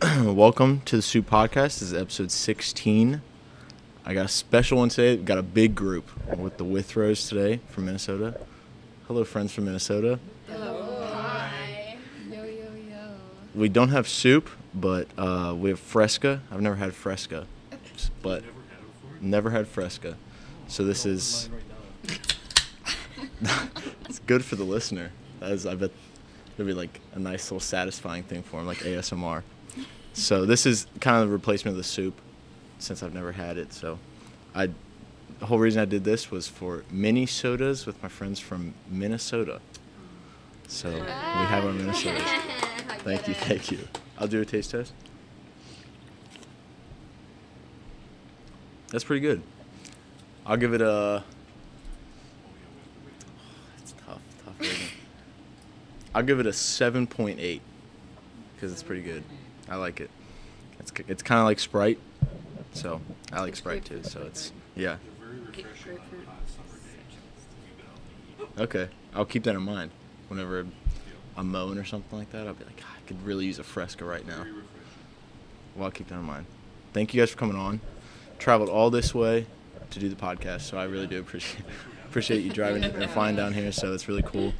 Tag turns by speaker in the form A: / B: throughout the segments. A: Welcome to the Soup Podcast. This is episode 16. I got a special one today. We've got a big group with the Withrows today from Minnesota. Hello, friends from Minnesota.
B: Yo, yo, yo.
A: We don't have soup, but uh, we have fresca. I've never had fresca, but never had fresca. So this is it's good for the listener. As I bet it'll be like a nice little satisfying thing for him, like ASMR. So this is kind of the replacement of the soup, since I've never had it. So I the whole reason I did this was for mini sodas with my friends from Minnesota. So we
B: Ah.
A: have our Minnesotas. Thank you, thank you. I'll do a taste test. That's pretty good. I'll give it a. It's tough, tough rating. I'll give it a seven point eight because it's pretty good. I like it. It's k- it's kind of like Sprite, so I like Sprite too. So it's yeah. Okay, I'll keep that in mind. Whenever I'm mowing or something like that, I'll be like, "God, I could really use a Fresca right now. Well, I'll keep that in mind. Thank you guys for coming on. Traveled all this way to do the podcast, so I really do appreciate appreciate you driving and flying down here. So it's really cool.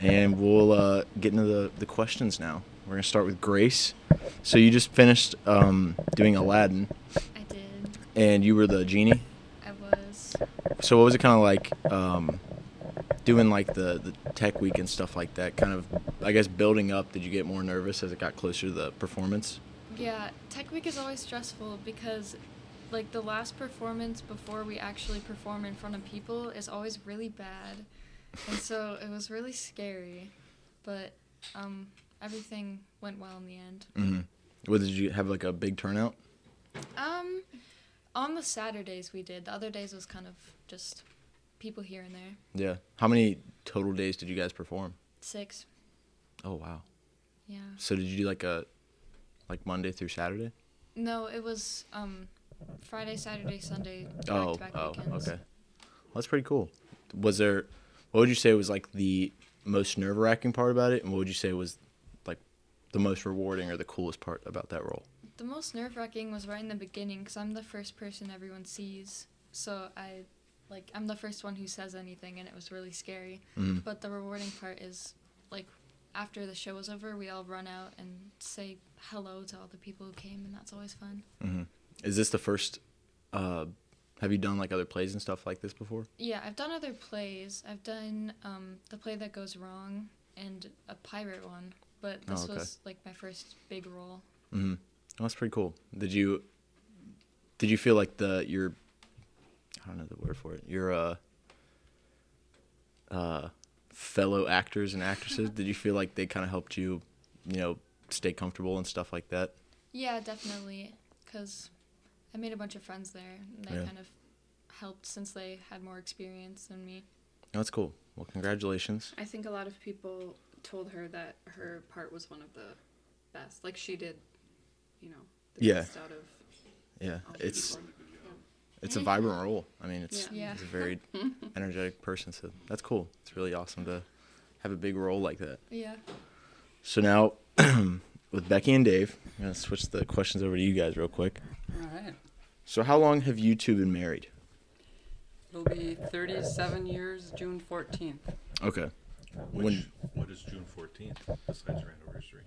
A: And we'll uh, get into the, the questions now. We're gonna start with Grace. So you just finished um, doing Aladdin,
B: I did.
A: and you were the genie.
B: I was.
A: So what was it kind of like um, doing like the, the tech week and stuff like that? Kind of, I guess, building up. Did you get more nervous as it got closer to the performance?
B: Yeah, Tech Week is always stressful because, like, the last performance before we actually perform in front of people is always really bad. And so it was really scary. But um, everything went well in the end.
A: Mm-hmm. What did you have like a big turnout?
B: Um, on the Saturdays we did, the other days was kind of just people here and there.
A: Yeah. How many total days did you guys perform?
B: Six.
A: Oh wow.
B: Yeah.
A: So did you do like a like Monday through Saturday?
B: No, it was um, Friday, Saturday, Sunday,
A: oh,
B: back-to-back
A: oh,
B: weekends.
A: okay. That's pretty cool. Was there what would you say was like the most nerve-wracking part about it and what would you say was like the most rewarding or the coolest part about that role?
B: The most nerve wracking was right in the beginning because I'm the first person everyone sees. So I, like, I'm the first one who says anything, and it was really scary.
A: Mm-hmm.
B: But the rewarding part is, like, after the show was over, we all run out and say hello to all the people who came, and that's always fun.
A: Is this the first uh have you done like other plays and stuff like this before?
B: Yeah, I've done other plays. I've done um, the play that goes wrong and a pirate one, but this
A: Oh, okay.
B: was like my first big role.
A: Oh, that's pretty cool. Did you did you feel like the your I don't know the word for it. Your uh uh fellow actors and actresses, did you feel like they kind of helped you, you know, stay comfortable and stuff like that?
B: Yeah, definitely. Because I made a bunch of friends there. And that
A: Yeah.
B: kind of helped since they had more experience than me.
A: No, Oh, that's cool. Well, congratulations.
C: I think a lot of people told her that her part was one of the best. Like she did, you know, the
A: Yeah.
C: best out of.
A: Yeah.
C: all the
A: It's
C: people.
A: it's a vibrant role. I mean, it's
B: Yeah. Yeah.
A: it's a very energetic person, so that's cool. It's really awesome to have a big role like that.
B: Yeah.
A: So now with Becky and Dave, I'm going to switch the questions over to you guys real quick.
D: All right.
A: So how long have you two been married?
D: It'll be 37 years, June 14th.
A: Okay.
E: Which,
A: When-
E: what is June fourteenth besides your anniversary?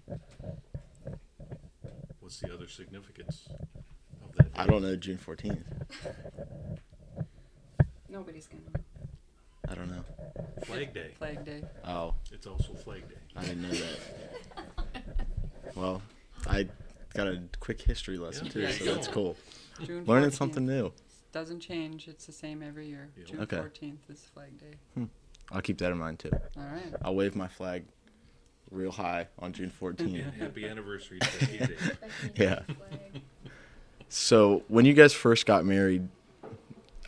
E: What's the other significance of that?
A: I
E: date?
A: don't know June 14th.
D: Nobody's going to
A: I don't know.
E: Flag Day.
D: Flag Day.
A: Oh,
E: It's also Flag Day.
A: I didn't know that. well, I got a quick history lesson too,
D: Yeah.
A: so that's cool.
D: June
A: Learning
D: 14th.
A: something new.
D: Doesn't change. It's the same every year.
E: Yeah.
D: June
A: Okay.
D: 14th is Flag Day.
A: I'll keep that in mind too.
D: All right.
A: I'll wave my flag real high on June 14th.
E: And happy anniversary to Becky and Dave.
A: Yeah. So when you guys first got married,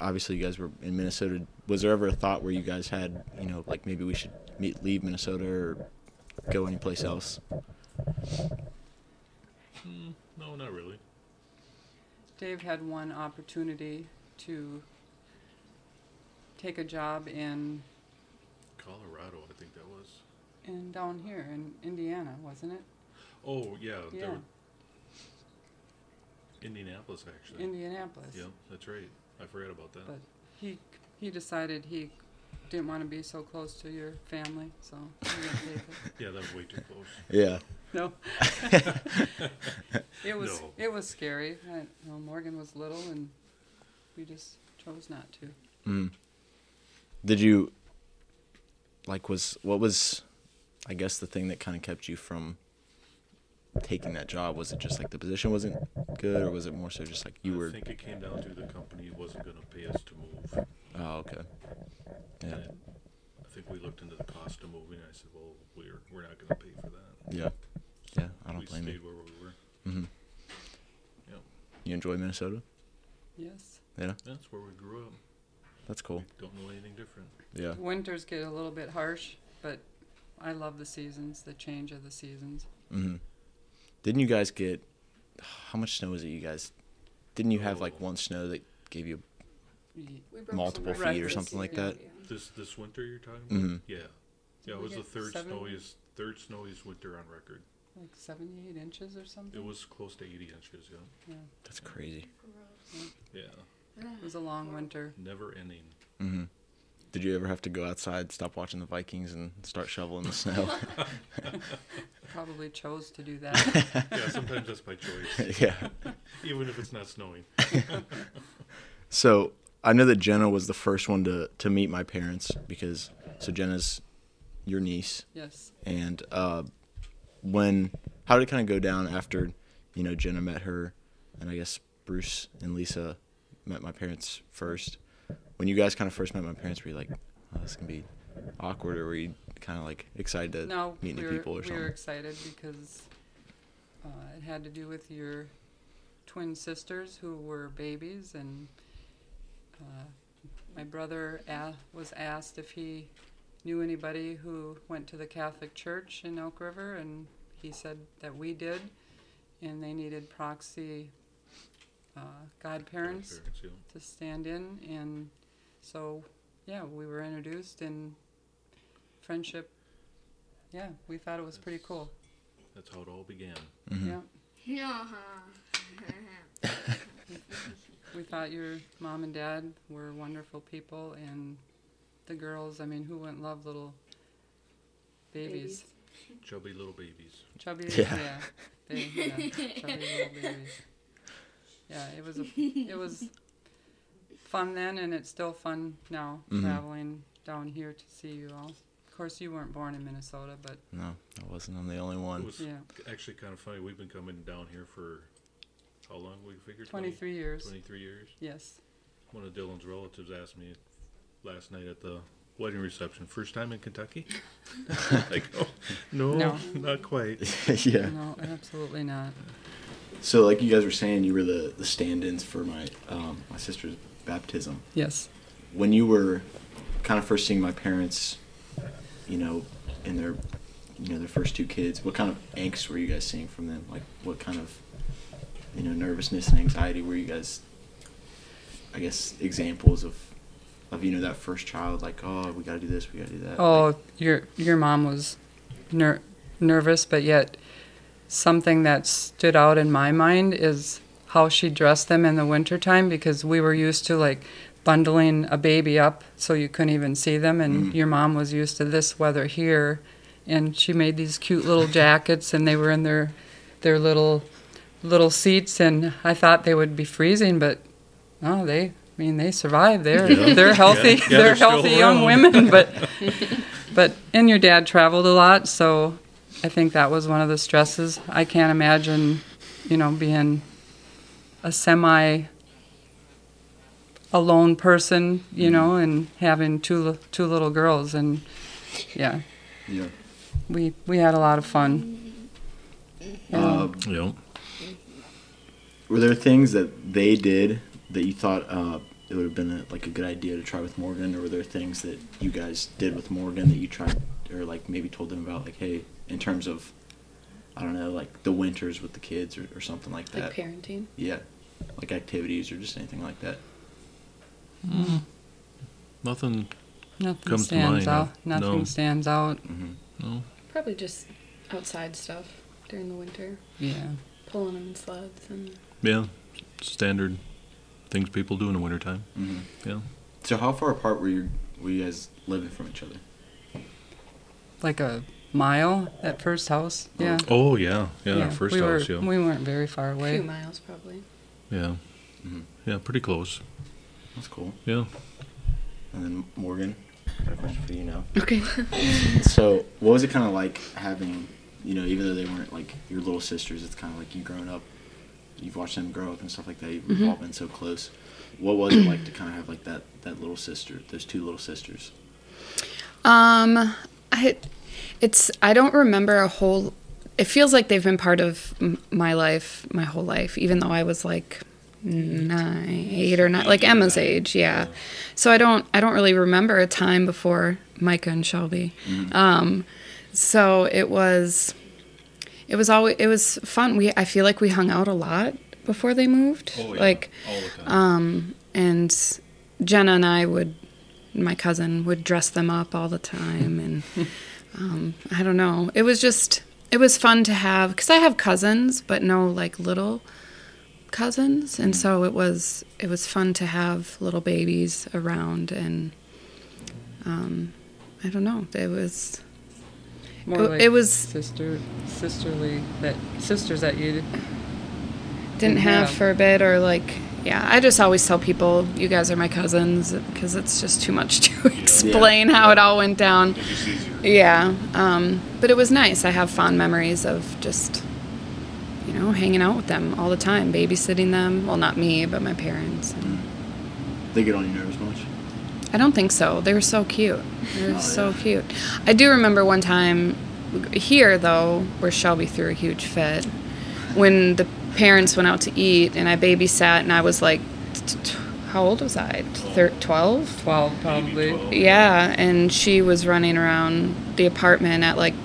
A: obviously you guys were in Minnesota. Was there ever a thought where you guys had, you know, like maybe we should meet, leave Minnesota or go anyplace else?
E: Hmm, No, not really.
D: Dave had one opportunity to take a job in,
E: Colorado, I think that was.
D: in down here in Indiana, wasn't it?
E: Oh yeah, there
D: Yeah.
E: were- Indianapolis, actually.
D: Indianapolis.
E: yeah, that's right. I forgot about that.
D: But he he decided he didn't want to be so close to your family, so he didn't take it.
E: yeah, that was way too close.
A: Yeah.
D: No, it was
E: No.
D: it was scary. I, you know, Morgan was little, and we just chose not to.
A: Mm. Did you like was what was I guess the thing that kind of kept you from taking that job was it just like the position wasn't good or was it more so just like you
E: I
A: were
E: think it came down to the company wasn't going to pay us to move.
A: oh okay yeah
E: And I think we looked into the cost of moving. I said, well, we're, we're not going to pay for that.
A: yeah yeah I don't
E: we
A: blame
E: stayed
A: you
E: where we were.
A: hmm
E: Yeah,
A: you enjoy Minnesota
D: Yes,
A: yeah
E: that's where we grew up.
A: that's cool
E: Don't know anything different.
A: yeah
D: the winters get a little bit harsh, but I love the seasons, the change of the seasons.
A: hmm didn't you guys get how much snow is it you guys didn't you have like
E: Oh.
A: one snow that gave you
D: Ye-
C: We broke some
A: Multiple
C: records
D: feet or
C: this
A: something like
C: year,
A: that?
C: yeah.
E: This this winter you're talking about?
A: Mhm.
E: Yeah. Yeah, it
D: we
E: was the
D: get
E: third
D: seven?
E: snowiest third snowiest winter on record.
D: Like seventy-eight inches or something.
E: It was close to eighty inches, yeah.
D: Yeah,
A: that's crazy
E: Yeah.
D: it was a long winter.
E: Never ending.
A: hmm Did you ever have to go outside, stop watching the Vikings, and start shoveling the snow?
D: Probably chose to do that.
E: Yeah, sometimes that's by choice.
A: yeah.
E: Even if it's not snowing.
A: So I know that Jenna was the first one to to meet my parents because so Jenna's your niece,
D: yes.
A: and uh, when how did it kind of go down after you know Jenna met her, and I guess Bruce and Lisa met my parents first. When you guys kind of first met my parents, were you like, oh, "This can be awkward," or were you kind of like excited to
D: No,
A: meet
D: we
A: new
D: were,
A: people or
D: we
A: something?
D: were excited because uh, it had to do with your twin sisters who were babies, and uh, my brother a- was asked if he knew anybody who went to the Catholic Church in Elk River, and he said that we did, and they needed proxy uh, godparents
E: Parents, yeah.
D: to stand in and so yeah we were introduced and friendship yeah we thought it was pretty cool
E: That's how it all began.
D: yeah
C: Yeah.
D: we thought your mom and dad were wonderful people and the girls i mean who wouldn't love little babies,
E: Chubby little babies.
D: chubby
A: Yeah.
D: yeah, They, yeah chubby little babies yeah it was a, it was fun then and it's still fun now
A: Mhm.
D: traveling down here to see you all of course you weren't born in minnesota but
A: No, I wasn't. I'm the only one.
E: It was
D: yeah
E: actually kind of funny. We've been coming down here for how long we figured? 20
D: 23 years.
E: 23 years.
D: Yes.
E: One of Dylan's relatives asked me last night at the wedding reception, first time in Kentucky? like, oh, no,
D: No.
E: not quite.
A: yeah.
D: No, absolutely not.
A: So, like you guys were saying, you were the, the stand-ins for my um, my sister's baptism.
D: Yes.
A: When you were kind of first seeing my parents, you know, in their you know their first two kids, what kind of angst were you guys seeing from them? Like, what kind of you know nervousness and anxiety were you guys? I guess examples of of you know that first child, like oh we gotta do this, we gotta do that.
D: Oh, your your mom was ner- nervous, but yet something that stood out in my mind is how she dressed them in the wintertime because we were used to like bundling a baby up so you couldn't even see them and your mom was used to this weather here and she made these cute little jackets and they were in their their little little seats and I thought they would be freezing but no they I mean they survived they're they're healthy
E: Yeah,
D: they're,
E: they're still
D: healthy young
E: around.
D: women but but and your dad traveled a lot so I think that was one of the stresses I can't imagine you know being a semi alone person,
E: Mm-hmm.
D: you know, and having two li- two little girls, and yeah,
A: yeah.
D: we we had a lot of fun.
A: Um,
E: Yeah.
A: Were there things that they did that you thought uh, it would have been a, like a good idea to try with Morgan, or were there things that you guys did with Morgan that you tried, or like maybe told them about, like, hey, in terms of, I don't know, like the winters with the kids or, or something like that?
C: Like parenting.
A: yeah, like activities or just anything like that.
E: Nothing.
D: Nothing
E: Comes to
D: stands
E: mind,
D: out.
E: no.
D: Nothing
E: No.
D: stands out.
A: Mm-hmm.
E: No.
C: Probably just outside stuff during the winter,
D: Yeah,
C: pulling them in sleds and
E: Yeah. standard things people do in the wintertime.
A: Mm-hmm.
E: You know,
A: So how far apart were you were you guys living from each other?
D: like a mile that first house. Yeah.
E: Oh yeah, yeah. our first
D: we
E: house,
D: were,
E: yeah,
D: We weren't very far
C: A few
D: away.
C: miles probably.
E: yeah,
A: Mhm.
E: yeah. Pretty close.
A: That's cool.
E: Yeah.
A: And then Morgan, I got a question for you now.
C: Okay.
A: So what was it kind of like having, you know, even though they weren't like your little sisters, it's kind of like you growing up, you've watched them grow up and stuff like that. You've all been so close. What was it like to kind of have like that that little sister, those two little sisters?
C: Um, I, it's I don't remember a whole. It feels like they've been part of m- my life my whole life, even though I was like nine, eight or nine, like Emma's age, yeah. So I don't I don't really remember a time before Micah and Shelby. Um, so it was, it was always it was fun. We I feel like we hung out a lot before they moved. Like
E: all the
D: Um,
E: time.
C: and Jenna and I would, my cousin would dress them up all the time, and um, I don't know. It was just, it was fun to have because I have cousins, but no like little cousins, and so it was, it was fun to have little babies around, and um, I don't know. It was,
D: More
C: it-
D: like
C: it was-
D: sister, sisterly that sisters that you
C: didn't have
D: Yeah.
C: for a bit or like yeah i just always tell people you guys are my cousins because it's just too much to explain how it all went down yeah um, but it was nice i have fond memories of just you know hanging out with them all the time babysitting them well not me but my parents and
A: They get on your nerves much?
C: i don't think so they were so cute they were
A: Oh,
C: so
A: yeah.
C: cute i do remember one time here though where shelby threw a huge fit when the parents went out to eat and I babysat and I was like, t- t- how old was I? Thir- 12?
D: twelve probably.
C: Yeah, and she was running around the apartment at like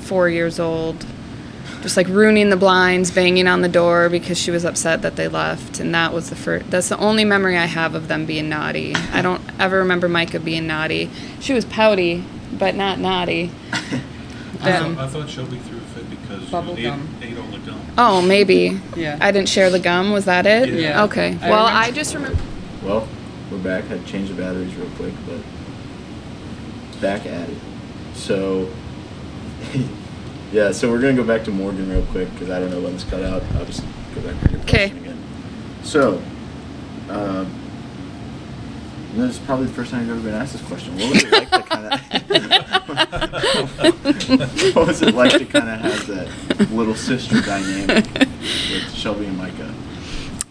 C: four years old, just like ruining the blinds, banging on the door because she was upset that they left. And that was the first, that's the only memory I have of them being naughty. I don't ever remember Micah being naughty. She was pouty, but not naughty. Um,
E: I thought Shelby threw a fit because
D: Bubble
E: ate,
D: gum.
E: ate all the gum.
C: Oh, maybe.
D: Yeah.
C: I didn't share the gum. Was that it?
D: Yeah.
C: Okay.
D: I
C: well,
D: remember-
C: I just remember.
A: Well, we're back. Had to change the batteries real quick, but back at it. So, yeah, so we're gonna go back to Morgan real quick because I don't know when this cut out. I'll just go back to your
C: 'Kay.
A: question again. So, um, this is probably the first time I've ever been asked this question. What was it like to kind of? what was it like to kind of have that little sister dynamic with Shelby and Micah?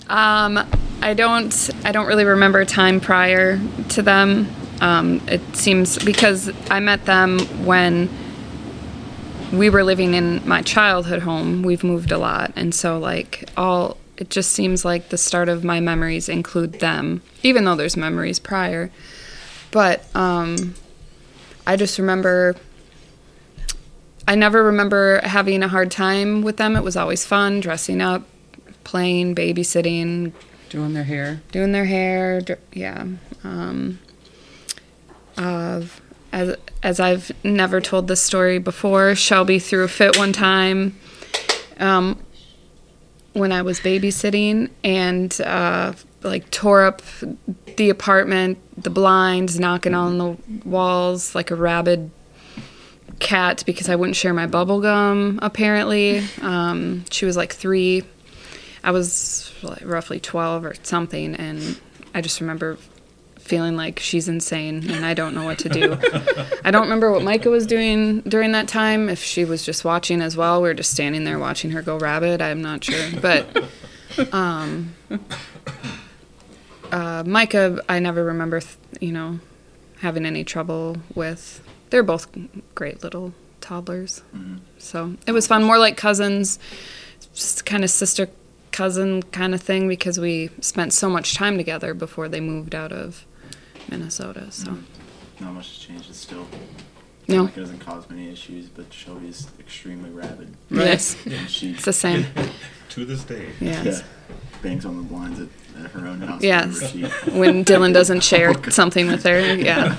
C: Um, I don't. I don't really remember a time prior to them. Um, it seems because I met them when we were living in my childhood home. We've moved a lot, and so like all. It just seems like the start of my memories include them, even though there's memories prior. But um, I just remember I never remember having a hard time with them. It was always fun, dressing up, playing, babysitting,
D: Doing their hair.
C: doing their hair. dr- Yeah. Um, uh, as as I've never told this story before, Shelby threw a fit one time um, when I was babysitting and uh, like tore up the apartment, the blinds, knocking on the walls like a rabid cat because I wouldn't share my bubble gum. Apparently, um, she was like three. I was like, roughly twelve or something, and I just remember feeling like she's insane and I don't know what to do. I don't remember what Micah was doing during that time. If she was just watching as well, we were just standing there watching her go rabid. I'm not sure, but. uh, Micah, I never remember, th- you know, having any trouble with. They're both great little toddlers. So it was fun, more like cousins, just kind of sister cousin kind of thing because we spent so much time together before they moved out of Minnesota. So
A: Mm-hmm. Not much has changed. It's still
C: no,
A: Like, it doesn't cause many issues, but Shelby is extremely rabid.
C: yes,
A: And she
C: it's the same.
E: To this day.
A: yeah,
C: Yes.
A: bangs on the blinds at, at her own house.
C: Yes.
A: whenever she-
C: When Dylan doesn't share something with her, yeah.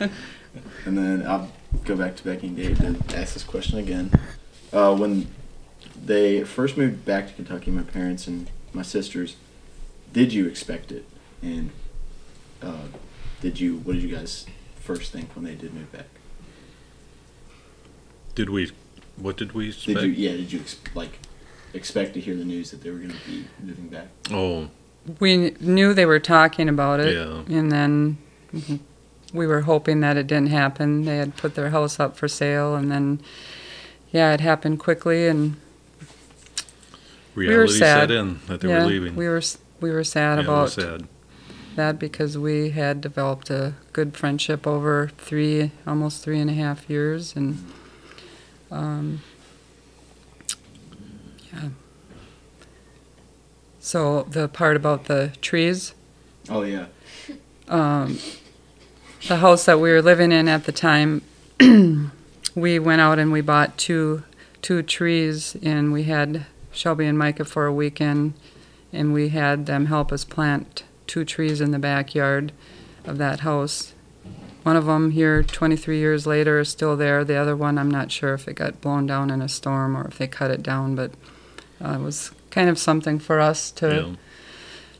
A: and then I'll go back to Becky and Dave to ask this question again. Uh, when they first moved back to Kentucky, my parents and my sisters, did you expect it? And uh, did you? What did you guys first think when they did move back?
E: Did we? What did we
A: Did
E: expect?
A: you? Yeah. Did you ex- like expect to hear the news that they were going to be moving back?
E: Oh,
D: We knew they were talking about it,
E: Yeah.
D: and then we were hoping that it didn't happen. They had put their house up for sale, and then yeah, it happened quickly, and
E: reality
D: sad.
E: set in that they
D: yeah,
E: were leaving.
D: we were s- we were sad
E: yeah, it
D: about
E: was sad.
D: that because we had developed a good friendship over three almost three and a half years, and um, yeah. So the part about the trees.
A: Oh yeah.
D: um, the house that we were living in at the time, we went out and we bought two two trees, and we had Shelby and Micah for a weekend, and we had them help us plant two trees in the backyard of that house. One of them here, 23 years later, is still there. The other one, I'm not sure if it got blown down in a storm or if they cut it down, but uh, it was kind of something for us to
E: Yeah.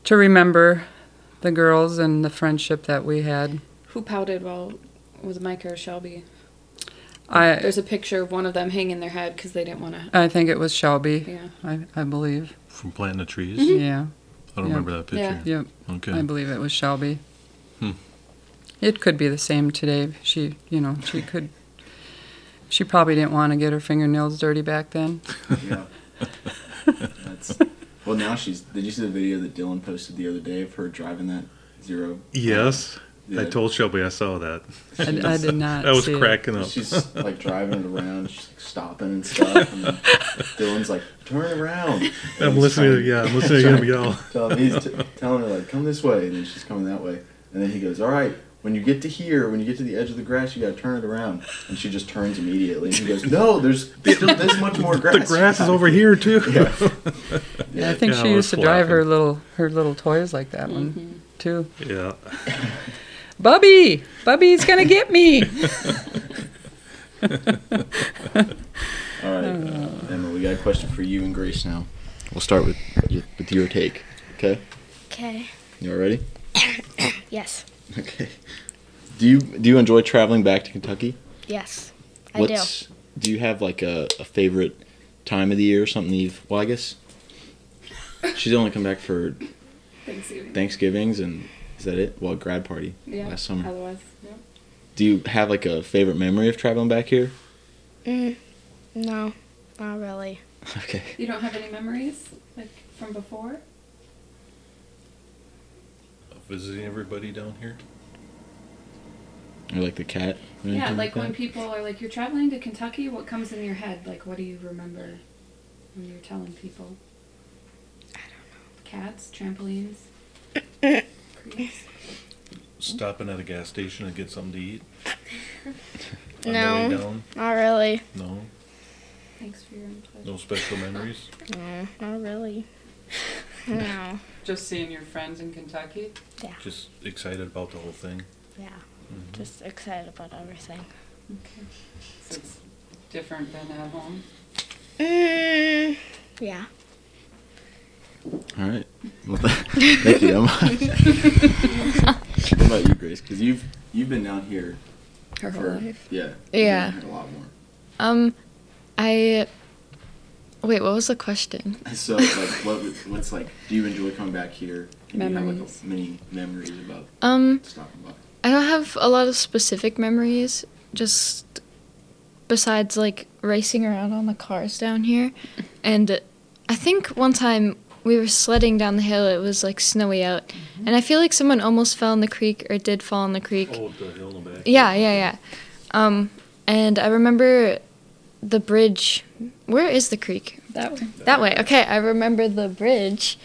D: to remember the girls and the friendship that we had.
F: Who pouted while was Micah or Shelby?
D: I
F: There's a picture of one of them hanging their head because they didn't want to.
D: I think it was Shelby.
F: Yeah.
D: I, I believe.
E: From planting the trees.
B: Mm-hmm.
D: Yeah.
E: I don't
D: Mm-hmm. Yeah.
E: remember that picture.
F: Yeah.
D: Yep.
E: Okay.
D: I believe it was Shelby.
E: Hmm.
D: It could be the same today. She, you know, she could. She probably didn't want to get her fingernails dirty back then.
A: Yeah. That's. Well, now she's. Did you see the video that Dylan posted the other day of her driving that zero?
E: Yes, I
A: Yeah.
E: told Shelby I saw that.
D: I, I did not.
E: I was
D: see it.
E: cracking up.
A: She's like driving it around, she's like, stopping and stuff. And then Dylan's like, "Turn around." And
E: I'm
A: he's
E: listening. To,
A: trying-
E: yeah, I'm listening to him yell.
A: Tell him, he's t- telling her like, "Come this way," and then she's coming that way. And then he goes, "All right, when you get to here, when you get to the edge of the grass, you gotta turn it around." And she just turns immediately. And he goes, "No, there's still this much more grass."
E: The grass is over here too.
A: Yeah.
D: Yeah, I think
E: Yeah, I
D: she
E: was
D: used to drive her
E: laughing.
D: little her little toys like that
B: Mm-hmm.
D: one too.
E: yeah.
D: Bubby, Bubby's gonna get me.
A: All right, Emma, we got a question for you and Grace now. We'll start with y- with your take. Okay,
G: Okay.
A: you all ready?
G: Yes.
A: Okay. Do you do you enjoy traveling back to Kentucky?
G: Yes. I do.
A: What's do. you have like a, a favorite time of the year or something you've well I guess she's only come back for
F: Thanksgiving.
A: Thanksgivings and is that it? Well grad party
F: Yeah.
A: last summer.
F: Otherwise, yeah.
A: Do you have like a favorite memory of traveling back here?
G: Mm, no, not really.
A: Okay.
F: You don't have any memories like from before?
E: Visiting everybody down here.
A: Or like the cat. or
F: Yeah,
A: anything
F: like when
A: that?
F: people are like, "You're traveling to Kentucky. What comes in your head? Like, what do you remember when you're telling people?" I don't know. Cats, trampolines, creeks.
E: Stopping at a gas station to get something to eat. On the way
G: No,
E: down.
G: not really.
E: No.
F: Thanks for your input.
E: No special memories.
G: No, not really. no.
D: Just seeing your friends in Kentucky.
E: Just excited about the whole thing.
G: Yeah. Just excited about everything.
D: Okay. So it's different than at home.
G: Mm, yeah.
A: All right. Well, th- thank you, Emma. what about you, Grace? Because you've you've been down here
B: Her
A: for yeah you've been
B: Yeah.
A: down here a lot more.
B: Um, I. Wait, what was the question?
A: So like, what what's like? Do you enjoy coming back here? And Do you have like
F: Memories.
A: a, many memories about
B: Um,
A: stopping by?
B: I don't have a lot of specific memories, just besides like racing around on the cars down here. And I think one time we were sledding down the hill, it was like snowy out. And I feel like someone almost fell in the creek or did fall in the creek.
E: Oh, the hill in the back.
B: Yeah, yeah, yeah. Um, and I remember the bridge. Where is the creek?
F: That one.
B: That way. Okay, I remember the bridge.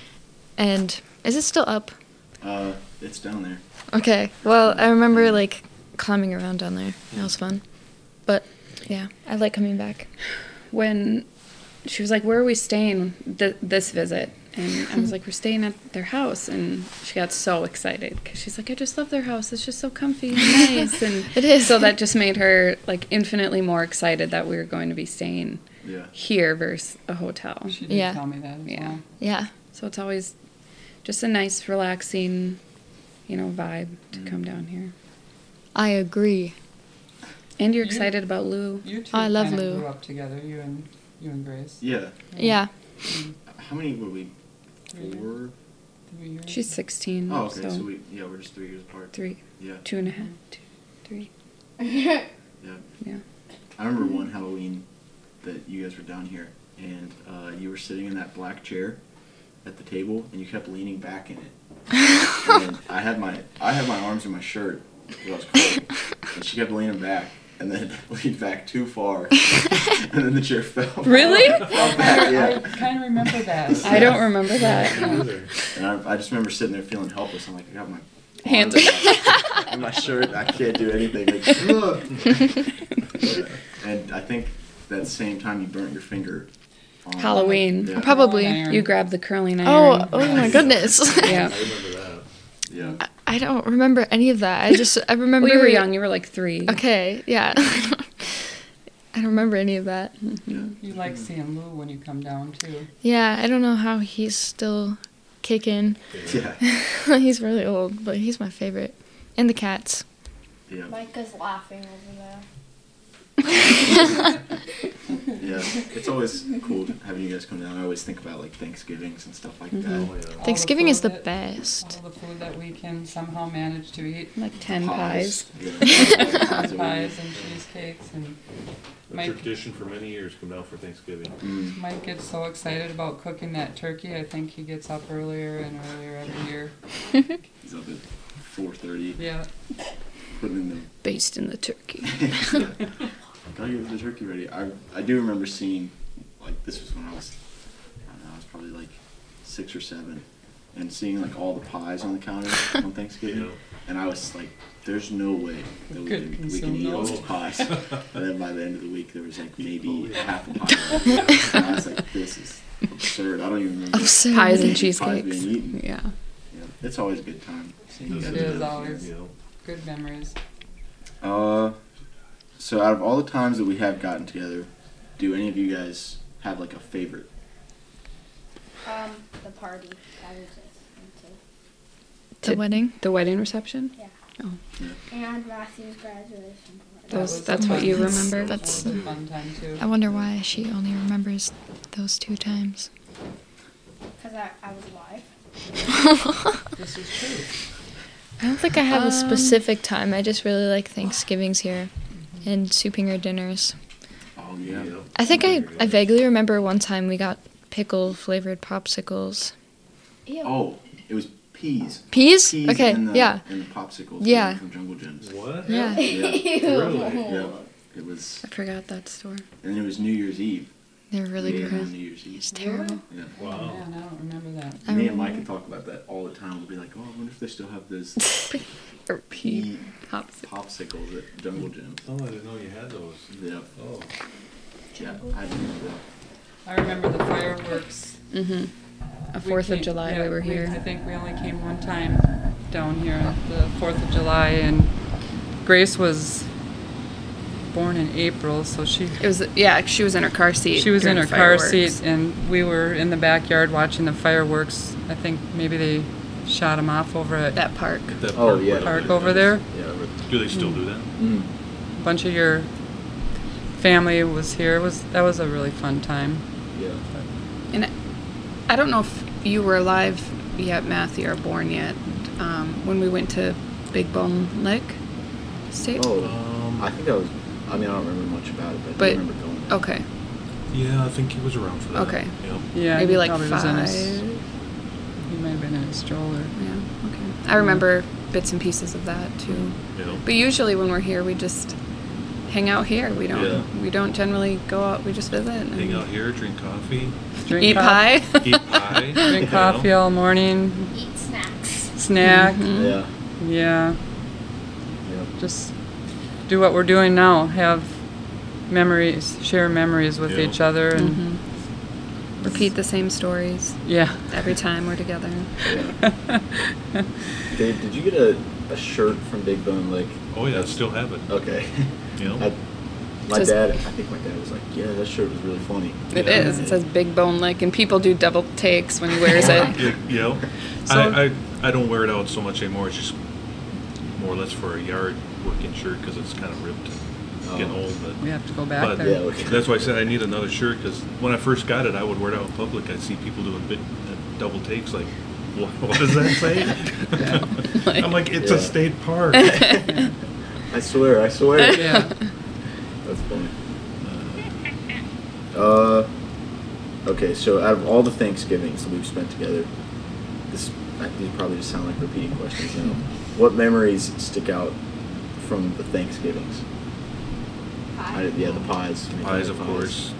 B: And is it still up?
A: Uh, it's down there.
B: Okay. Well, I remember like climbing around down there. That was fun. But yeah, I like coming back.
F: when she was like, "Where are we staying th- this visit?" And I was like, "We're staying at their house." And she got so excited because she's like, "I just love their house. It's just so comfy and nice." And
B: It is.
F: So that just made her like infinitely more excited that we were going to be staying
A: Yeah.
F: here versus a hotel.
D: She
B: did Yeah.
D: tell me that.
F: Yeah.
B: Yeah.
C: So it's always just a nice, relaxing, you know, vibe to come down here.
B: I agree.
C: And you're
D: You-
C: excited about Lou.
D: You two
B: I love
D: kinda
B: Lou.
D: grew up together, you and you and Grace.
A: Yeah.
B: Yeah.
A: How many were we? Four.
D: Three years?
C: She's 16.
A: Oh, okay.
C: Mm-hmm. So,
A: So, we yeah we're just three years apart.
C: three,
A: Yeah,
C: two and a half, two, three.
A: yeah.
C: Yeah.
A: I remember one Halloween that you guys were down here, and uh, you were sitting in that black chair at the table, and you kept leaning back in it. and I had my I had my arms in my shirt because I was cold, and she kept leaning back. And then leaned back too far, and then the chair fell.
C: Really?
A: Fell back,
D: I
A: yeah.
D: kind of remember that.
C: I don't remember that.
E: Either.
A: And I, I just remember sitting there feeling helpless. I'm like, I got my
C: Hands
A: arms in my shirt. I can't do anything. Like, "Ugh." And I think that same time you burnt your finger. On,
C: Halloween.
A: Yeah.
B: Probably.
C: You grab the curling
B: Oh,
C: iron.
B: oh my goodness.
C: yeah.
E: I remember that.
A: Yeah.
C: Uh,
B: I don't remember any of that. I just I remember
C: Well, you were young. You were like three.
B: Okay, yeah. I don't remember any of that.
C: mm-hmm.
D: You like seeing Lou when you come down too.
B: Yeah, I don't know how he's still kicking.
A: Yeah.
B: he's really old, but he's my favorite. And the cats.
A: Yeah.
G: Micah's laughing over there.
A: Yeah. It's always cool having you guys come down. I always think about like Thanksgivings and stuff like
E: Oh,
A: that.
E: yeah.
D: All the
B: Thanksgiving is the
D: food that-
B: best.
D: All the food that we can somehow manage to eat.
C: Like 10 pies.
A: Yeah. Pies that we
D: Pies
A: eat.
D: and cheesecakes and
E: A
D: Mike.
E: tradition for many years come down for Thanksgiving.
A: Mm.
D: Mike gets so excited about cooking that turkey. I think he gets up earlier and earlier every year.
A: He's up at 4:30,
D: Yeah.
A: putting in the
C: Based in the turkey.
A: yeah. Gotta get the turkey ready. I I do remember seeing like this was when I was I don't know, I was probably like six or seven and seeing like all the pies on the counter on Thanksgiving.
E: Yeah.
A: And I was like, there's no way that we
D: Could
A: can, we
D: consume
A: can eat all
D: those.
A: those pies. and then by the end of the week there was like maybe half a pie. left. and I was like, this is absurd. I don't even remember
B: Oh,
C: Pies and
A: pies
C: cheesecakes.
A: being eaten.
C: Yeah.
A: Yeah. It's always a good time seeing you
E: Those
A: guys
E: are
D: It is
E: the-
A: together.
D: always.
E: you know,
D: Good memories.
A: Uh, so out of all the times that we have gotten together, do any of you guys have like a favorite?
G: Um, the party.
B: The
C: Did-
B: wedding.
C: The wedding reception?
G: And Matthew's graduation
D: That
C: Those-
D: was
C: that's
D: a
C: what
D: fun-
C: you
D: that was
C: remember?
D: a
B: That's-
D: fun time too.
B: I wonder why she only remembers those two times.
G: Because I, I was live.
D: This is true.
B: I don't think I
C: Um,
B: have a specific time. I just really like Thanksgivings here and souping or dinners.
A: Oh yeah.
E: you know.
B: I think I, I vaguely remember one time we got pickle flavored popsicles.
A: Oh, it was peas.
B: Peas?
A: Peas
B: okay,
A: and uh, the,
B: yeah.
A: And the popsicles.
B: Yeah.
A: From Jungle Gyms.
E: What?
B: Yeah.
A: Yeah.
E: Really?
A: yeah. It was,
C: I forgot that store.
A: and it was New Year's Eve.
B: They're really
A: yeah,
B: gross.
A: New Year's Eve.
B: It's terrible.
A: Yeah.
D: Oh,
E: Wow.
D: man, I don't remember that.
B: I
A: Me and
B: remember.
A: Mike can talk about that all the time. We'll be like, oh, I wonder if they still have those
C: Or pea
A: pea
C: pops.
A: popsicles at Jungle Gyms.
E: Oh, I didn't know you had those.
A: Yeah.
E: Oh.
A: Yeah. I remember that.
D: I remember the fireworks.
C: A
D: We
C: Fourth of
D: came-
C: July,
D: yeah,
C: we were
D: I
C: here.
D: think we only came one time down here on the Fourth of July, and Grace was born in April, so she
C: It was yeah. She was in her car seat.
D: she was in
C: during
D: her
C: the
D: car
C: fireworks.
D: seat, and we were in the backyard watching the fireworks. I think maybe they shot them off over at
C: That park.
E: That
A: Oh,
E: park
A: yeah.
E: right
D: park over there.
A: Yeah. I re-
E: Do they still do that?
D: A bunch of your family was here. It was that was a really fun time?
A: Yeah.
C: And I- I don't know if you were alive yet, Matthew, or born yet, um, when we went to Big Bone Lick State.
A: Oh,
E: Um,
A: I think I was. I mean, I don't remember much about it, but, I
C: But-
A: do remember going. there.
C: Okay.
E: Yeah, I think he was around for that.
C: Okay.
E: Yeah.
D: Yeah,
C: Maybe
D: he
C: like
D: probably
C: five.
D: Was in his, he might have been in a stroller.
C: Yeah. Okay. I remember bits and pieces of that too.
E: Yeah.
C: But usually when we're here, we just hang out here. We don't.
E: Yeah.
C: We don't generally go out. We just visit. and
E: Hang out here, drink coffee,
D: Drink
C: Eat
D: coffee.
C: pie.
E: eat pie.
D: Drink coffee all morning,
G: Eat snacks.
D: snack.
A: Yeah.
B: Mm-hmm.
D: Yeah,
A: Yeah.
D: just do what we're doing now. Have memories, share memories with
E: Yeah.
D: each other, and
C: Mm-hmm. Repeat the same stories
D: yeah.
C: every time we're together.
A: Dave, did you get a, a shirt from Big Bone Lake?
E: Oh yeah, I still have it.
A: Okay.
E: You know,
A: I, My
C: Just-
A: dad, I think my dad was like, "Yeah, that shirt was really funny."
C: It is. It says big bone lick, and people do double takes when he wears it.
E: You, you know,
C: So-
E: I, I I don't wear it out so much anymore. It's just more or less for a yard working shirt because it's kind of ripped, and getting
A: Oh.
E: old. But
D: We have to go back
E: But
D: there.
A: Yeah, okay.
E: that's why I said I need another shirt because when I first got it, I would wear it out in public. I'd see people doing big, uh, double takes, like, what, what does that say? I'm like, it's
A: Yeah.
E: a state park. yeah.
A: I swear, I swear.
D: Yeah.
A: That's funny. Uh, okay, so out of all the Thanksgivings that we've spent together, this I- these probably just sound like repeating questions now. What memories stick out from the Thanksgivings? I, yeah, the pies.
E: Pies, of course.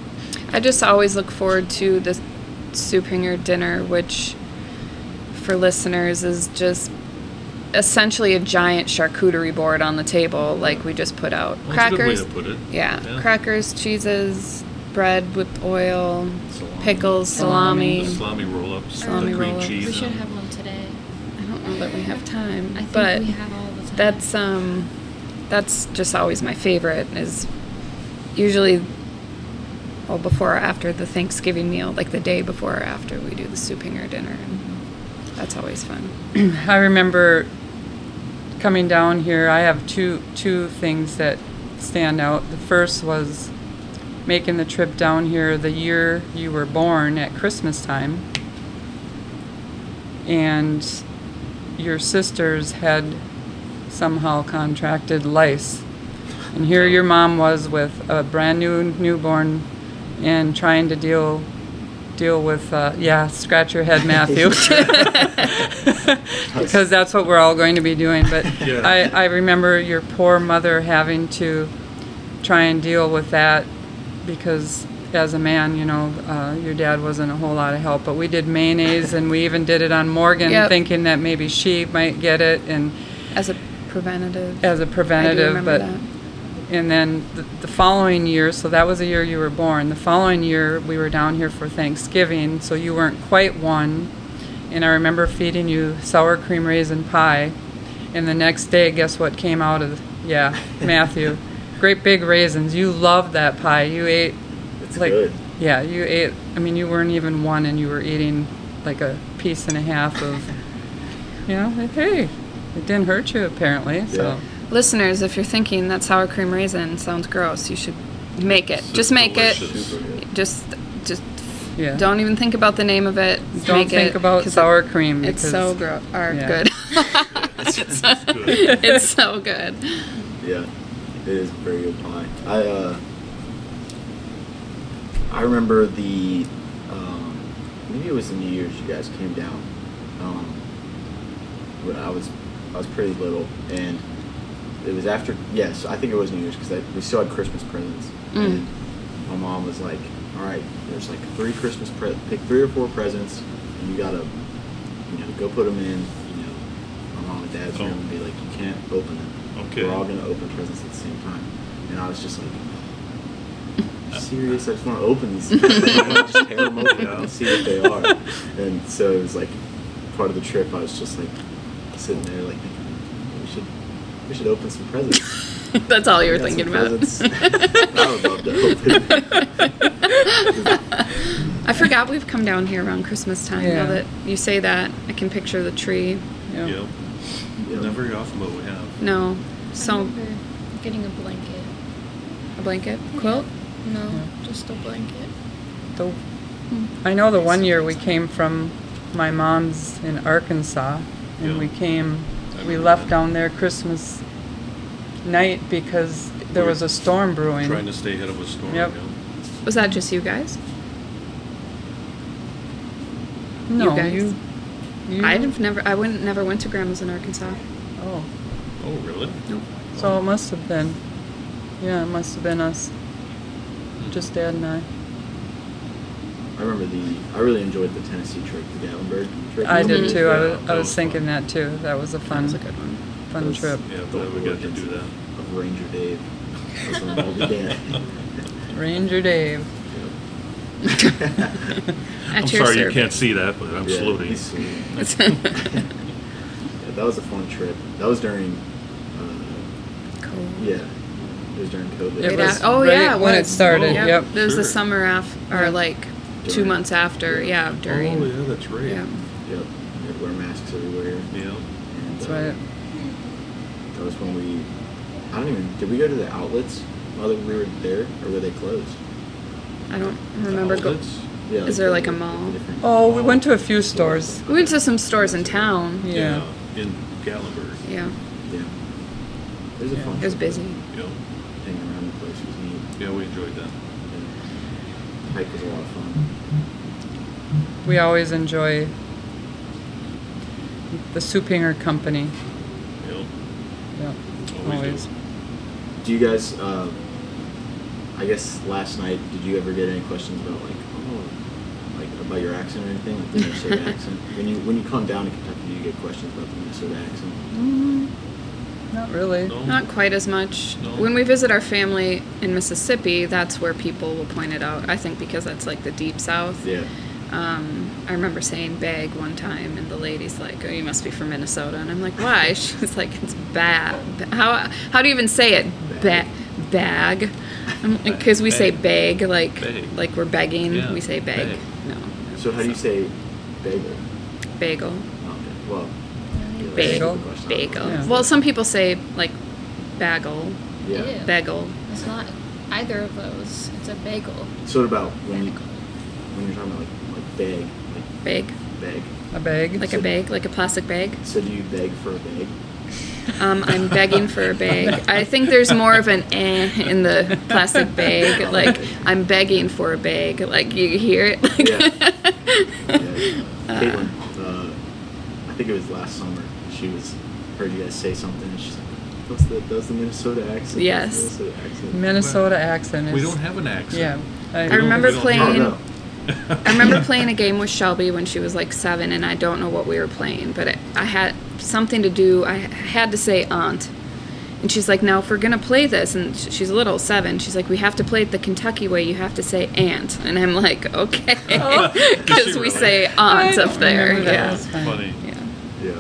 C: I just always look forward to the soup hanger dinner, which for listeners is just essentially a giant charcuterie board on the table. Like we just put out
E: Well, that's a good way
C: crackers,
E: to put it.
C: yeah,
E: Yeah.
C: crackers, cheeses, bread with oil,
A: Salami.
C: pickles, salami.
E: The salami roll ups, the
C: Salami
E: cream
C: roll-ups.
E: cheese. um,
B: We should
E: and-
B: have
A: uh,
B: one today.
C: I don't know that we have time,
B: I think
C: but
B: we have all the time.
C: that's um, that's just always my favorite. Is usually. Well, before or after the Thanksgiving meal, like the day before or after, we do the soup hanger dinner, and
B: Mm-hmm.
C: that's always fun.
D: I remember coming down here. I have two two things that stand out. The first was making the trip down here the year you were born at Christmas time, and your sisters had somehow contracted lice, and here your mom was with a brand new newborn and trying to deal deal with uh, yeah scratch your head matthew because that's what we're all going to be doing. But
E: Yeah.
D: I, I remember your poor mother having to try and deal with that because as a man, you know, uh, your dad wasn't a whole lot of help. But we did mayonnaise and we even did it on Morgan,
C: Yep.
D: thinking that maybe she might get it and
C: As a preventative.
D: as a preventative.
C: remember
D: but
C: that.
D: and then the, the following year, so that was the year you were born. The following year, we were down here for Thanksgiving, so you weren't quite one. And I remember feeding you sour cream raisin pie. And the next day, guess what came out of? Yeah, Matthew, great big raisins. You loved that pie. You ate
A: It's good.
D: yeah, you ate. I mean, you weren't even one, and you were eating like a piece and a half of. You know, like, hey, it didn't hurt you apparently. So
C: Listeners, if you're thinking that sour cream raisin sounds gross, you should make it. just make
E: delicious.
A: Super good.
C: it. Just, just
D: yeah.
C: don't even think about the name of it. Just
D: Don't
C: make
D: think
C: it,
D: about
C: 'cause it-
D: sour cream.
C: It's
D: because
C: so gross. Or
D: yeah.
C: good.
E: It's good.
C: it's so good.
A: Yeah, it is a very good pie. I uh, I remember the um, maybe it was the New Year's you guys came down. Um, when I was I was pretty little, and it was after yes, I think it was New Year's because we still had Christmas presents. And my mom was like, "All right, there's like three Christmas pre- pick three or four presents, and you gotta you know go put them in." You know, my mom and dad's
E: Oh.
A: room and be like, "You can't open them."
E: Okay.
A: We're all gonna open presents at the same time. And I was just like,
E: Uh,
A: "Are you serious? I just want to open these. things. I wanna just tear them open and see what they are." And so it was like part of the trip. I was just like sitting there, like thinking, "We should, we should open some presents."
C: That's all you were
A: Got some
C: thinking about.
A: presents. I would love to open.
C: I forgot we've come down here around Christmas time.
D: Yeah.
C: Now that you say that, I can picture the tree.
D: Yeah.
E: Yep.
A: Yeah.
E: Not very often, but we have.
C: No,
B: I
C: so
B: remember getting a blanket.
C: a blanket quilt.
B: No, just a blanket.
D: The,
C: Hmm.
D: I know the one year we came from my mom's in Arkansas, and
E: Yeah.
D: we came, we
E: remember
D: left
E: that.
D: down there Christmas night because there
E: We were
D: was a storm brewing.
E: Trying to stay ahead of a storm.
D: Yep.
E: You know?
C: Was that just you guys?
D: no,
C: you guys.
D: you. you-
C: I've never. I wouldn't never went to grandma's in Arkansas.
D: Oh,
E: Oh, really?
D: so it must have been. Yeah, it must have been us.
E: Hmm.
D: Just Dad and I.
A: I remember the. I really enjoyed the Tennessee trip, the Gatlinburg trip.
D: I did
A: Mhm.
D: too. I
E: Yeah,
D: was, I
E: that
D: was
E: was
D: thinking that too. That was a fun,
C: That's Mm-hmm. a good one.
D: fun
A: Those-
D: trip.
E: Yeah, but we got to do that.
A: Of Ranger Dave. That was when it all began.
D: Ranger Dave.
C: At your
E: I'm sorry you
C: service.
E: can't see that, but I'm
A: Yeah,
E: saluting.
A: he's saluting. Yeah, that was a fun trip. That was during, uh,
C: Cool.
A: yeah, It was during COVID.
D: It
C: Right
D: was
C: af- oh,
D: right
C: yeah,
D: when it started.
C: Yep.
D: Yep.
C: It was the
E: Sure.
C: summer af- or like two
A: During.
C: months after. Yeah, during.
E: Oh, yeah, that's right.
C: Yeah.
A: Yep. We wear masks everywhere.
E: Yeah.
A: And,
D: That's
A: uh,
D: right.
A: That was when we. I don't even. Did we go to the outlets while we were there, or were they closed?
C: I don't remember. Go-
E: Outlets?
A: Yeah.
C: Is there,
A: the-
C: like, a mall?
A: the different-
D: Oh, we went to a few stores.
C: we went to some stores in town.
D: Yeah.
E: In Gatlinburg.
C: Yeah,
A: Yeah. It was a
D: Yeah.
A: fun.
C: it was
A: trip.
C: busy.
E: Yeah.
A: Hanging around the place was neat.
E: Yeah, we enjoyed that.
A: and Hike was a lot of fun.
D: We always enjoy the Soupinger Company.
E: Yeah.
D: Yep.
E: Always do.
D: Always.
A: Do you guys? Uh, I guess last night, did you ever get any questions about like, oh, like about your accent or anything, like the Minnesota accent? When you when you come down to Kentucky, do you get questions about the Minnesota accent?
D: Not really.
E: No.
C: Not quite as much.
E: Oh. No.
C: When we visit our family in Mississippi, that's where people will point it out. I think because that's like the deep south.
A: Yeah.
C: Um, I remember saying bag one time, and the lady's like, "Oh, you must be from Minnesota," and I'm like, "Why?" She's like, "It's bag. How how do you even say it? Ba- bag." I'm like, because we say bag, like
E: Bag.
C: like we're begging.
E: Yeah,
C: We say bag.
E: bag.
C: No.
A: So how do you say bagel?
C: Bagel.
A: Okay. Well. yeah, that's
D: Bagel.
A: a good question.
C: Bagel.
D: Yeah.
C: Well, some people say like bagel,
A: Yeah.
B: Yeah.
C: bagel.
B: It's not either of those. It's a bagel.
A: So what about when you when you're talking about like like bag like
C: Bag.
A: bag?
D: A bag.
C: Like a bag, like a plastic bag.
A: So do you beg for a bag?
C: Um, I'm begging for a bag. I think there's more of an eh in the plastic bag. Like, I'm begging for a bag. Like, you hear it? Like,
A: Yeah, Caitlin, uh, I think it was last summer. She was heard you guys say something, and she's like, "What's the that's the Minnesota accent?"
C: Yes.
A: That's the Minnesota accent.
D: Minnesota accent is.
E: We don't have an accent.
D: Yeah. I,
C: I remember
E: don't-
A: I don't
C: playing.
A: know.
C: Uh, I remember playing a game with Shelby when she was like seven, and I don't know what we were playing, but it, I had something to do. I had to say aunt. And she's like, now if we're gonna play this, and sh- she's little, seven, she's like, we have to play it the Kentucky way. You have to say aunt, and I'm like, okay,
E: Did she
C: because we
E: Oh, really?
C: say
D: Oh. I
C: aunt
D: don't
C: up there.
D: remember that.
C: Yeah.
D: That's fine.
E: Funny.
C: yeah.
A: Yeah,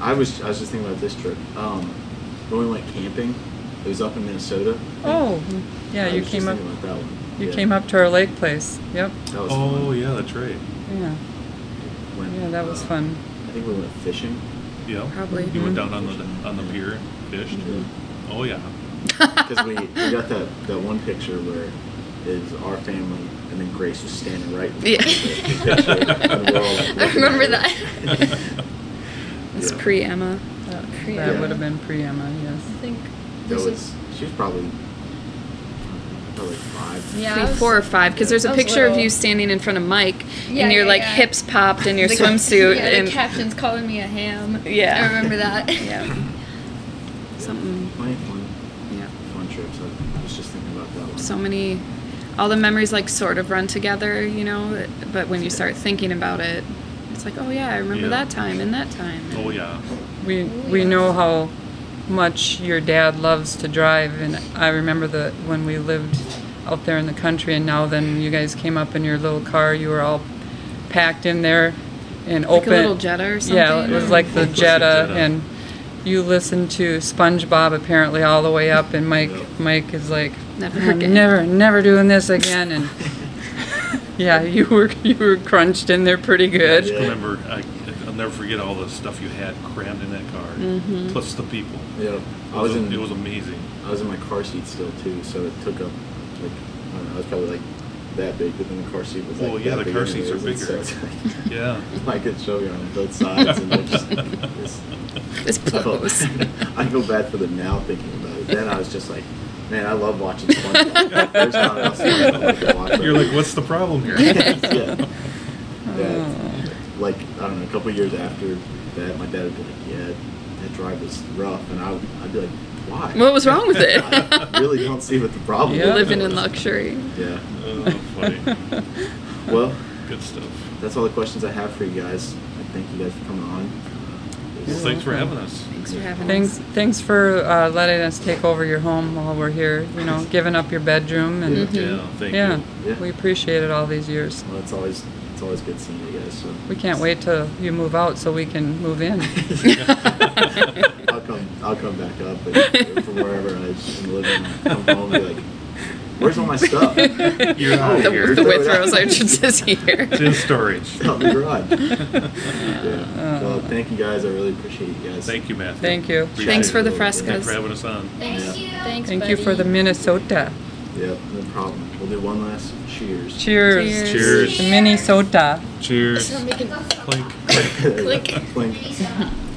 A: I was I was just thinking about this trip. Um, when we went camping, it was up in Minnesota.
D: Oh, yeah.
A: I
D: You
A: was just
D: came up.
A: thinking about that one.
D: You
A: Yeah,
D: came up to our lake place. Yep.
A: That was
E: Oh, yeah, that's right.
D: Yeah.
A: fun. Went,
D: Yeah, that was
A: uh,
D: fun.
A: I think we went fishing.
E: Yeah.
C: Probably. Mm-hmm.
E: You went down on the on the pier, and fished. Oh yeah.
A: because we, we got that, that one picture where it's our family and then Grace was standing right. in front of
E: Yeah.
A: the picture, and we're all, like,
C: I remember
A: looking at
C: that.
A: her.
C: It's
A: Yeah.
C: pre Emma.
D: That,
B: Pre-
D: that
A: Yeah.
D: would have been pre Emma.
B: I
D: Yes.
B: think
A: That
B: this
A: was
B: is
A: she was probably probably five.
B: yeah. I
C: Maybe
B: was-
C: four or five, because there's a
B: I was
C: picture of
B: little.
C: you standing in front of Mike,
B: Yeah,
C: and you're
B: yeah,
C: like
B: yeah.
C: hips popped in your
B: The-
C: swimsuit,
B: Yeah,
C: and
B: the caption's calling me a ham.
C: Yeah.
B: I remember that.
C: yeah, something.
A: Funny, fun,
C: Yeah.
A: fun trips. I was just thinking about that one.
C: so many all the memories like sort of run together you know but when you start thinking about it it's like oh yeah i remember
E: Yeah.
C: that time and that time
E: Oh yeah.
D: We we know how much your dad loves to drive, and I remember that when we lived out there in the country, and now then you guys came up in your little car. You were all packed in there and
C: like
D: open.
C: a little jetta or something
D: Yeah, it was like the
E: Like the
D: Jetta,
E: Jetta.
D: and you listened to SpongeBob apparently all the way up, and Mike
E: Yeah.
D: Mike is like,
C: Never
D: "I'm
C: again."
D: never, never doing this again, and yeah, you were you were crunched in there pretty good.
E: I remember. I, I'll never forget all the stuff you had crammed in that car, plus the people.
A: Yeah,
E: It
A: I was
E: was,
A: in
E: it was amazing.
A: I was in my car seat still too, so it took up like I don't know. I was probably like that big, but then the car seat was like.
E: Oh, yeah,
A: that
E: the
A: big
E: car seats are
A: anyways, and so
E: bigger.
A: it's, like,
E: Yeah.
A: I could show you on both sides, and they're just. it's-
C: it's
A: I felt-
C: close
A: I feel bad for them now thinking about it. Then I was just like, man, I love watching SpongeBob. There's not enough SpongeBob I can watch.
E: You're like, what's the problem here?
A: yeah.
C: Oh.
A: yeah. Like I don't know, a couple years after that, my dad would be like, yeah, that drive was rough, and I would, I'd be like, why?
C: what was wrong with it
A: I really don't see what the problem
D: Yeah.
A: is.
C: living in luxury
A: Yeah.
E: oh, funny.
A: Well,
E: Good stuff.
A: that's all the questions I have for you guys. I thank you guys for coming on. It
E: Well,
A: was-
E: thanks for having us.
C: thanks for having
D: Thanks,
C: us
D: thanks for uh, letting us take over your home while we're here. You know, giving up your bedroom, and
E: Yeah, thank
D: Mm-hmm. yeah,
E: you.
A: Yeah.
D: we appreciate it all these years.
A: Well, it's always it's always good seeing you guys. So
D: We can't wait till you move out so we can move in.
A: I'll, come. I'll come back up and, from wherever I am living. I'll come home and be like, "Where's all my stuff? Oh, You're out
C: The,
A: of here."
C: the Withrow entrance is here.
E: It's in storage.
A: Out the garage. yeah. Well, thank you guys. I really appreciate you guys.
E: Thank you, Matthew.
D: Thank you.
E: Appreciate
C: Thanks
E: it.
C: for the
E: Thanks for
C: frescas.
E: having us on.
B: Thank you.
H: Thanks,
D: Thank you for the
H: buddy.
D: Minnesota.
A: Yep, no problem. We'll do one last cheers.
D: Cheers.
E: Cheers.
D: The Minnesota.
E: Cheers.
H: Stop making
E: Clink.
H: click.
A: Clink.
B: Thank you.